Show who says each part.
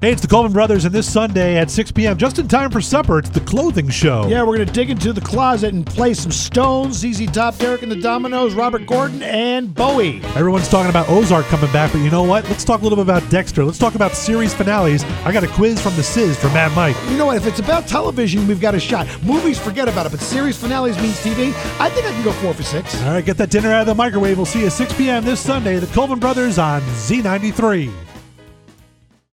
Speaker 1: Hey, it's the Coleman Brothers, and this Sunday at 6 p.m., just in time for supper, it's the clothing show.
Speaker 2: Yeah, we're going to dig into the closet and play some Stones, ZZ Top, Derek and the Dominoes, Robert Gordon, and Bowie.
Speaker 1: Everyone's talking about Ozark coming back, but you know what? Let's talk a little bit about Dexter. Let's talk about series finales. I got a quiz from The Sizz from Matt Mike.
Speaker 2: You know what? If it's about television, we've got a shot. Movies, forget about it, but series finales means TV. I think I can go four for six.
Speaker 1: All right, get that dinner out of the microwave. We'll see you at 6 p.m. this Sunday, the Coleman Brothers on Z93.